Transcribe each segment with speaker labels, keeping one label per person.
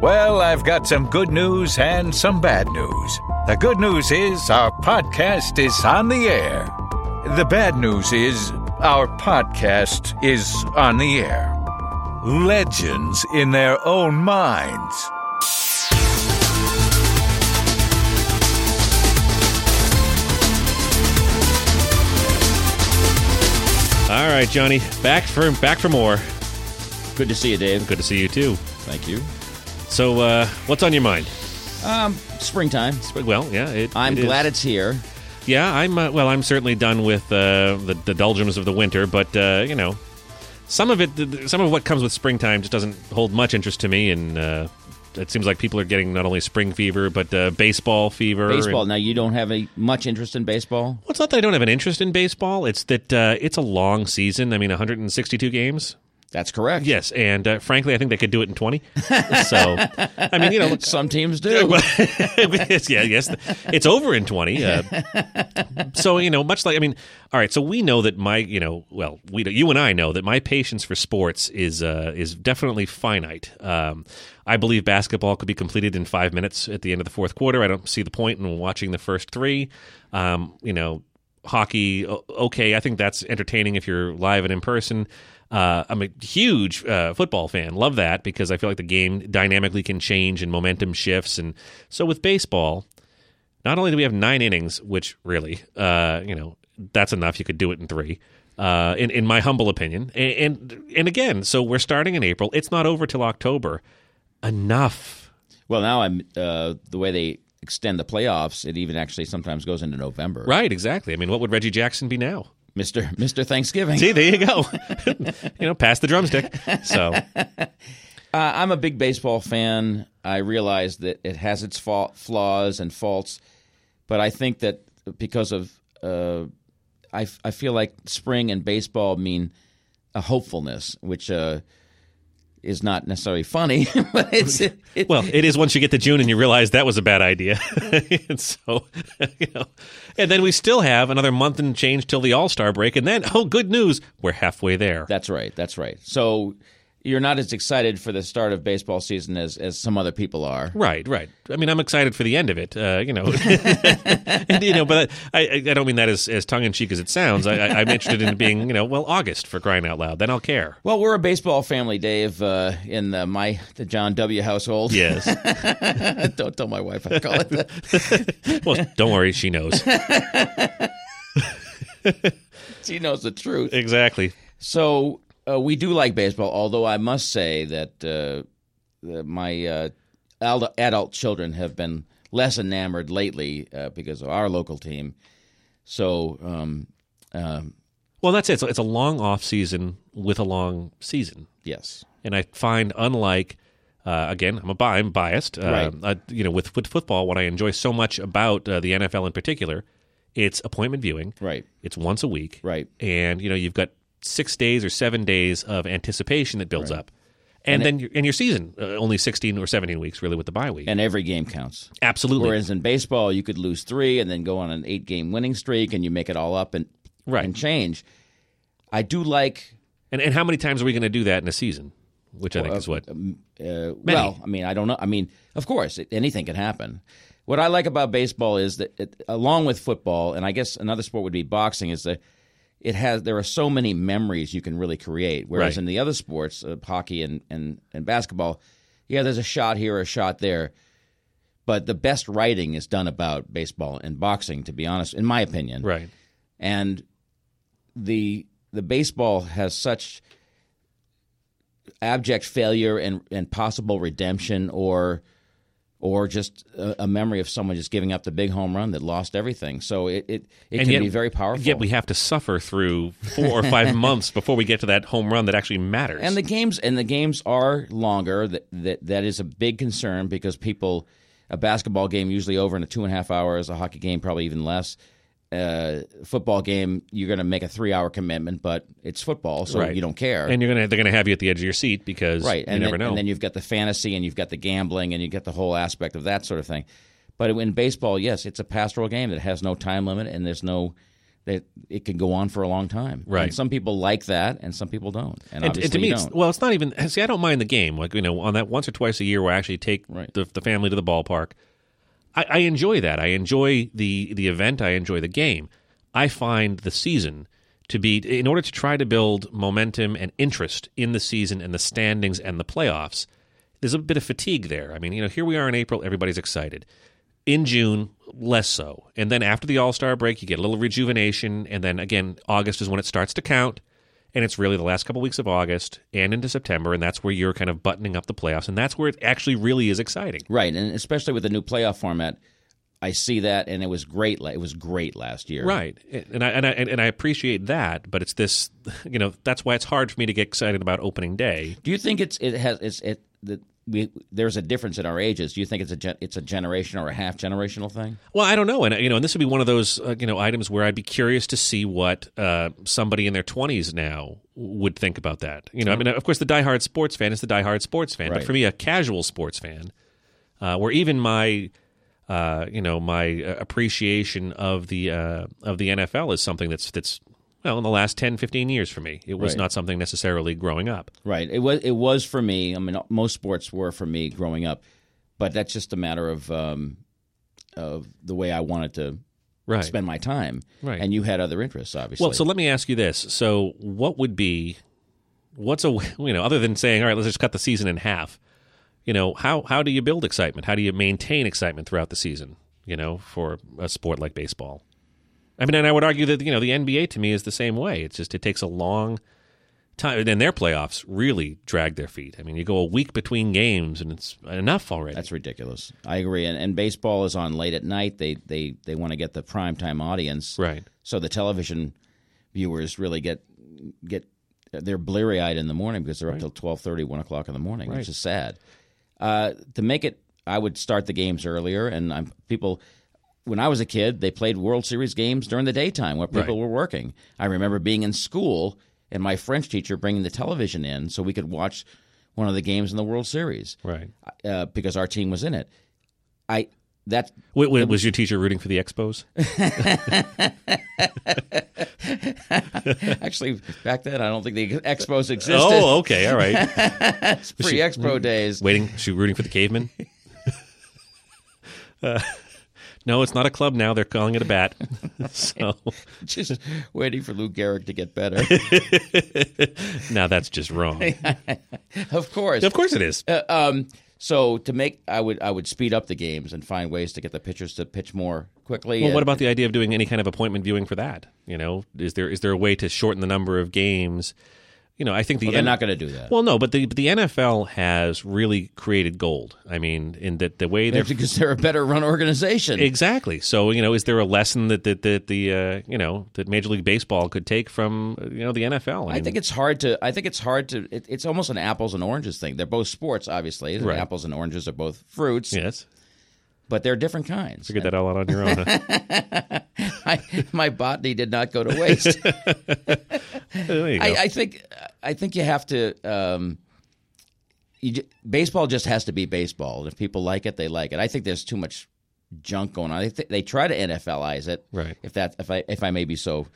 Speaker 1: Well, I've got some good news and some bad news. The good news is our podcast is on the air. The bad news is our podcast is on the air. Legends in their own minds.
Speaker 2: All right, Johnny, back for back for more.
Speaker 3: Good to see you, Dave.
Speaker 2: Good to see you too.
Speaker 3: Thank you.
Speaker 2: So, uh, what's on your mind?
Speaker 3: Um, springtime.
Speaker 2: Well, yeah, it,
Speaker 3: I'm
Speaker 2: it is.
Speaker 3: glad it's here.
Speaker 2: Yeah, I'm. Uh, well, I'm certainly done with uh, the, the doldrums of the winter, but uh, you know, some of it, some of what comes with springtime, just doesn't hold much interest to me. And uh, it seems like people are getting not only spring fever, but uh, baseball fever. and-
Speaker 3: Baseball. Now you don't have any much interest in baseball.
Speaker 2: well, it's not that I don't have an interest in baseball. It's that uh, it's a long season. I mean, 162 games.
Speaker 3: That's correct.
Speaker 2: Yes, and uh, frankly, I think they could do it in 20. so, I mean, you know,
Speaker 3: Some teams do.
Speaker 2: Well, yes, yeah, yes. It's over in 20. Uh, so, you know, much like, I mean, all right, so we know that my, you know, well, we you and I know that my patience for sports is uh, is definitely finite. Um, I believe basketball could be completed in five minutes at the end of the fourth quarter. I don't see the point in watching the first three. Um, you know, hockey, o- okay, I think that's entertaining if you're live and in person. Uh, I'm a huge uh, football fan. Love that because I feel like the game dynamically can change and momentum shifts. And so with baseball, not only do we have nine innings, which really, uh, you know, that's enough. You could do it in three, uh, in in my humble opinion. And, and and again, so we're starting in April. It's not over till October. Enough.
Speaker 3: Well, now I'm uh, the way they extend the playoffs. It even actually sometimes goes into November.
Speaker 2: Right? Exactly. I mean, what would Reggie Jackson be now?
Speaker 3: Mister Mister Thanksgiving.
Speaker 2: See, there you go. you know, pass the drumstick. So
Speaker 3: Uh, I'm a big baseball fan. I realize that it has its fa- flaws and faults, but I think that because of, uh, I, f- I feel like spring and baseball mean a hopefulness, which uh, is not necessarily funny, but it's it,
Speaker 2: Well, it is once you get to June and you realize that was a bad idea. and so, you know, and then we still have another month and change till the All Star break. And then, oh, good news, we're halfway there.
Speaker 3: That's right. That's right. So you're not as excited for the start of baseball season as, as some other people are.
Speaker 2: Right, right. I mean, I'm excited for the end of it, uh, you know. And, you know, but I, I I don't mean that as, as tongue in cheek as it sounds. I, I, I'm interested in being, you know, well, August for crying out loud. Then I'll care.
Speaker 3: Well, we're a baseball family, Dave, uh, in the my the John W household.
Speaker 2: Yes.
Speaker 3: Don't tell my wife I call it that.
Speaker 2: well, don't worry, she knows
Speaker 3: She knows the truth.
Speaker 2: exactly.
Speaker 3: So uh, we do like baseball, although I must say that uh, that my uh, ad- adult children have been less enamored lately uh, because of our local team. So um, um,
Speaker 2: Well, that's it. It's, it's a long off season with a long season.
Speaker 3: yes,
Speaker 2: and I find unlike uh, again, I'm a bi- I'm biased.
Speaker 3: Right.
Speaker 2: Uh, uh, you know, with, with football, what I enjoy so much about uh, the NFL in particular, it's appointment viewing.
Speaker 3: right,
Speaker 2: It's once a week,
Speaker 3: right.
Speaker 2: and you know you've got six days or seven days of anticipation that builds up, and, then your, and your season uh, only 16 or 17 weeks really with the bye week.
Speaker 3: And every game counts.
Speaker 2: Absolutely,
Speaker 3: Whereas in baseball, you could lose three and then go on an eight game winning streak and you make it all up and,
Speaker 2: Right.
Speaker 3: and change. I do like,
Speaker 2: and and how many times are we going to do that in a season? Which I think is what
Speaker 3: uh, well, I mean, I don't know. I mean, of course, it, anything can happen. What I like about baseball is that, it, along with football, and I guess another sport would be boxing, is that it has there are so many memories you can really create. Whereas
Speaker 2: Right.
Speaker 3: in the other sports, uh, hockey and, and, and basketball, yeah, there's a shot here, a shot there. But the best writing is done about baseball and boxing, to be honest, in my opinion
Speaker 2: right.
Speaker 3: and the the baseball has such abject failure and and possible redemption or or just a, a memory of someone just giving up the big home run that lost everything. So it it, it can
Speaker 2: yet-
Speaker 3: be very powerful.
Speaker 2: Yet we have to suffer through four or five months before we get to that home run that actually matters.
Speaker 3: and the games and the games are longer. That that that is a big concern because people a basketball game usually over in a two and a half hours. A hockey game probably even less. Uh, football game you're going to make a three hour commitment, but it's football, so
Speaker 2: Right.
Speaker 3: you don't care.
Speaker 2: and you're gonna they're gonna have you at the edge of your seat because
Speaker 3: right
Speaker 2: you
Speaker 3: and
Speaker 2: never
Speaker 3: then,
Speaker 2: know.
Speaker 3: and then you've got the fantasy and you've got the gambling and you get the whole aspect of that sort of thing but in baseball yes it's a pastoral game that has no time limit and there's no that it can go on for a long time.
Speaker 2: Right.
Speaker 3: And some people like that, and some people don't. And,
Speaker 2: And, and
Speaker 3: obviously
Speaker 2: to me,
Speaker 3: you
Speaker 2: it's,
Speaker 3: don't.
Speaker 2: well, it's not even. See, I don't mind the game. Like you know, on that once or twice a year, where I actually take
Speaker 3: Right.
Speaker 2: the, the family to the ballpark. I, I enjoy that. I enjoy the the event. I enjoy the game. I find the season to be in order to try to build momentum and interest in the season and the standings and the playoffs. There's a bit of fatigue there. I mean, you know, here we are in April. Everybody's excited. In June, less so. And then after the All Star break, you get a little rejuvenation. And then again, August is when it starts to count and it's really the last couple weeks of August and into September, and that's where you're kind of buttoning up the playoffs, and that's where it actually really is exciting.
Speaker 3: Right, and especially with the new playoff format, I see that, and it was great. la- It was great last year.
Speaker 2: Right, and I and I and I appreciate that, but it's this, you know, that's why it's hard for me to get excited about opening day.
Speaker 3: Do you think it's it has it's it that we there's a difference in our ages? Do you think it's a gen, it's a generation or a half generational thing?
Speaker 2: Well, I don't know, and uh, you know, and this would be one of those uh, you know items where I'd be curious to see what uh, somebody in their twenties now would think about that. You know, I mean, of course, the diehard sports fan is the diehard sports fan, but
Speaker 3: Right.
Speaker 2: for me, a casual sports fan, uh, where even my uh, you know my uh, appreciation of the uh, of the NFL is something that's that's well in the last 10, 15 years for me. It was
Speaker 3: Right.
Speaker 2: not something necessarily growing up.
Speaker 3: Right. It was it was for me. I mean, most sports were for me growing up, but that's just a matter of um, of the way I wanted to
Speaker 2: Right.
Speaker 3: spend my time.
Speaker 2: Right.
Speaker 3: And you had other interests, obviously.
Speaker 2: Well, so let me ask you this: so what would be, what's a you know other than saying all right, let's just cut the season in half, you know how how do you build excitement? How do you maintain excitement throughout the season? You know, for a sport like baseball, I mean, and I would argue that you know the NBA to me is the same way. It's just it takes a long time, and then their playoffs really drag their feet. I mean, you go a week between games, and it's enough already.
Speaker 3: That's ridiculous. I agree. And, and baseball is on late at night. They they they want to get the primetime audience.
Speaker 2: right.
Speaker 3: So the television viewers really get get they're bleary eyed in the morning because they're up till 12:30, 1 o'clock in the morning, which is sad. Uh, to make it, I would start the games earlier, and I'm people. When I was a kid, they played World Series games during the daytime where people
Speaker 2: Right.
Speaker 3: were working. I remember being in school and my French teacher bringing the television in so we could watch one of the games in the World Series
Speaker 2: Right.
Speaker 3: uh, because our team was in it. I that
Speaker 2: Wait, wait, was your teacher rooting for the Expos?
Speaker 3: actually back then I don't think the Expos existed.
Speaker 2: oh, okay, all right.
Speaker 3: it's pre Expo days.
Speaker 2: waiting she rooting for the caveman uh, no it's not a club now they're calling it a bat so
Speaker 3: just waiting for Lou Gehrig to get better.
Speaker 2: now that's just wrong
Speaker 3: of course.
Speaker 2: of course it is
Speaker 3: Uh, um, so to make, I would I would speed up the games and find ways to get the pitchers to pitch more quickly.
Speaker 2: well,
Speaker 3: and-
Speaker 2: what about the idea of doing any kind of appointment viewing for that you know is there is there a way to shorten the number of games you know i think the
Speaker 3: Well, they're not going to do that
Speaker 2: well no but the but the nfl has really created gold i mean in that the way they're
Speaker 3: because they're a better run organization.
Speaker 2: Exactly. So you know, is there a lesson that that, that the uh, you know that Major League Baseball could take from uh, you know the NFL?
Speaker 3: I
Speaker 2: mean,
Speaker 3: think it's hard to. I think it's hard to. It, it's almost an apples and oranges thing. They're both sports, obviously.
Speaker 2: Right.
Speaker 3: Apples and oranges are both fruits,
Speaker 2: yes.
Speaker 3: but they're different kinds.
Speaker 2: Figured that all out on your own. Uh, huh?
Speaker 3: I, my botany did not go to waste.
Speaker 2: There you go.
Speaker 3: I, I think I think you have to. Um, you ju- baseball just has to be baseball, and if people like it, they like it. I think there's too much junk going on. They, th- they try to NFLize it,
Speaker 2: Right.
Speaker 3: If that if I if I may be so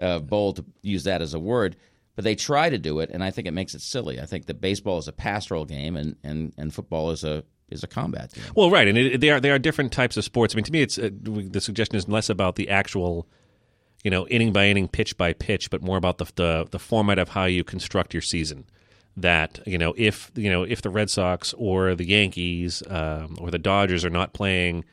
Speaker 3: uh, bold to use that as a word, but they try to do it, and I think it makes it silly. I think that baseball is a pastoral game, and and and football is a is a combat game.
Speaker 2: well, right, and it, they are they are different types of sports. I mean, to me, it's uh, the suggestion is less about the actual, you know, inning by inning, pitch by pitch, but more about the the, the format of how you construct your season. That you know, if you know, if the Red Sox or the Yankees um, or the Dodgers are not playing,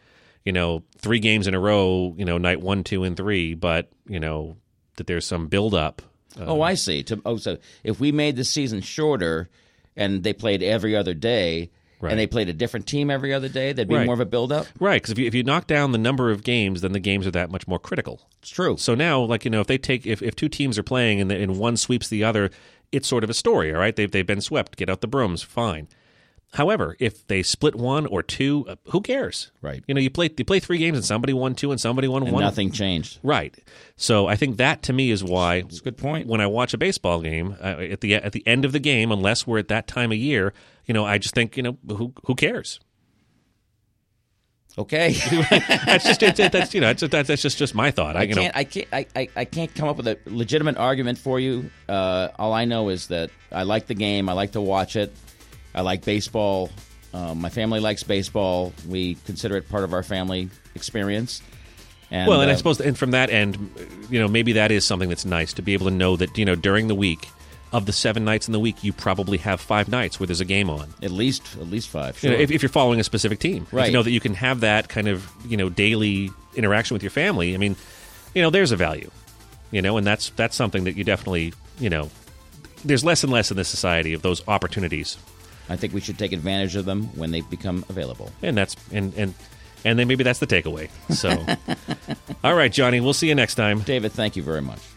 Speaker 2: you know, three games in a row, you know, night one, two, and three, but you know that there's some build up.
Speaker 3: oh, I see. To, oh, so if we made the season shorter and they played every other day.
Speaker 2: Right.
Speaker 3: And they played a different team every other day. There'd be
Speaker 2: Right.
Speaker 3: more of a build-up.
Speaker 2: Right, because if you, if you knock down the number of games, then the games are that much more critical.
Speaker 3: It's true.
Speaker 2: So now, like you know, if they take if, if two teams are playing and, the, and one sweeps the other, it's sort of a story. All right, they've they've been swept. Get out the brooms. Fine. However, if they split one or two, uh, who cares?
Speaker 3: Right.
Speaker 2: You know, you play you play three games and somebody won two and somebody won one.
Speaker 3: Nothing changed.
Speaker 2: Right. So I think that to me is why
Speaker 3: It's a good point.
Speaker 2: when I watch a baseball game uh, at the at the end of the game, unless we're at that time of year, you know, I just think you know who who cares.
Speaker 3: Okay,
Speaker 2: that's just it, that's you know that's, that's that's just just my thought. I,
Speaker 3: I
Speaker 2: you know,
Speaker 3: can't. I can't. I, I, I can't come up with a legitimate argument for you. Uh, all I know is that I like the game. I like to watch it. I like baseball. Um, my family likes baseball. We consider it part of our family experience. And,
Speaker 2: well, and I
Speaker 3: uh,
Speaker 2: suppose, and from that end, you know, maybe that is something that's nice to be able to know that you know during the week, of the seven nights in the week, you probably have five nights where there's a game on.
Speaker 3: at least at least five.
Speaker 2: You know,
Speaker 3: sure.
Speaker 2: if, if you're following a specific team, If
Speaker 3: Right.
Speaker 2: you know that you can have that kind of you know daily interaction with your family. I mean, you know, there's a value, you know, and that's that's something that you definitely you know, there's less and less in this society of those opportunities,
Speaker 3: I think we should take advantage of them when they become available.
Speaker 2: and that's and and and then maybe that's the takeaway. So, all right, Johnny, we'll see you next time.
Speaker 3: David, thank you very much.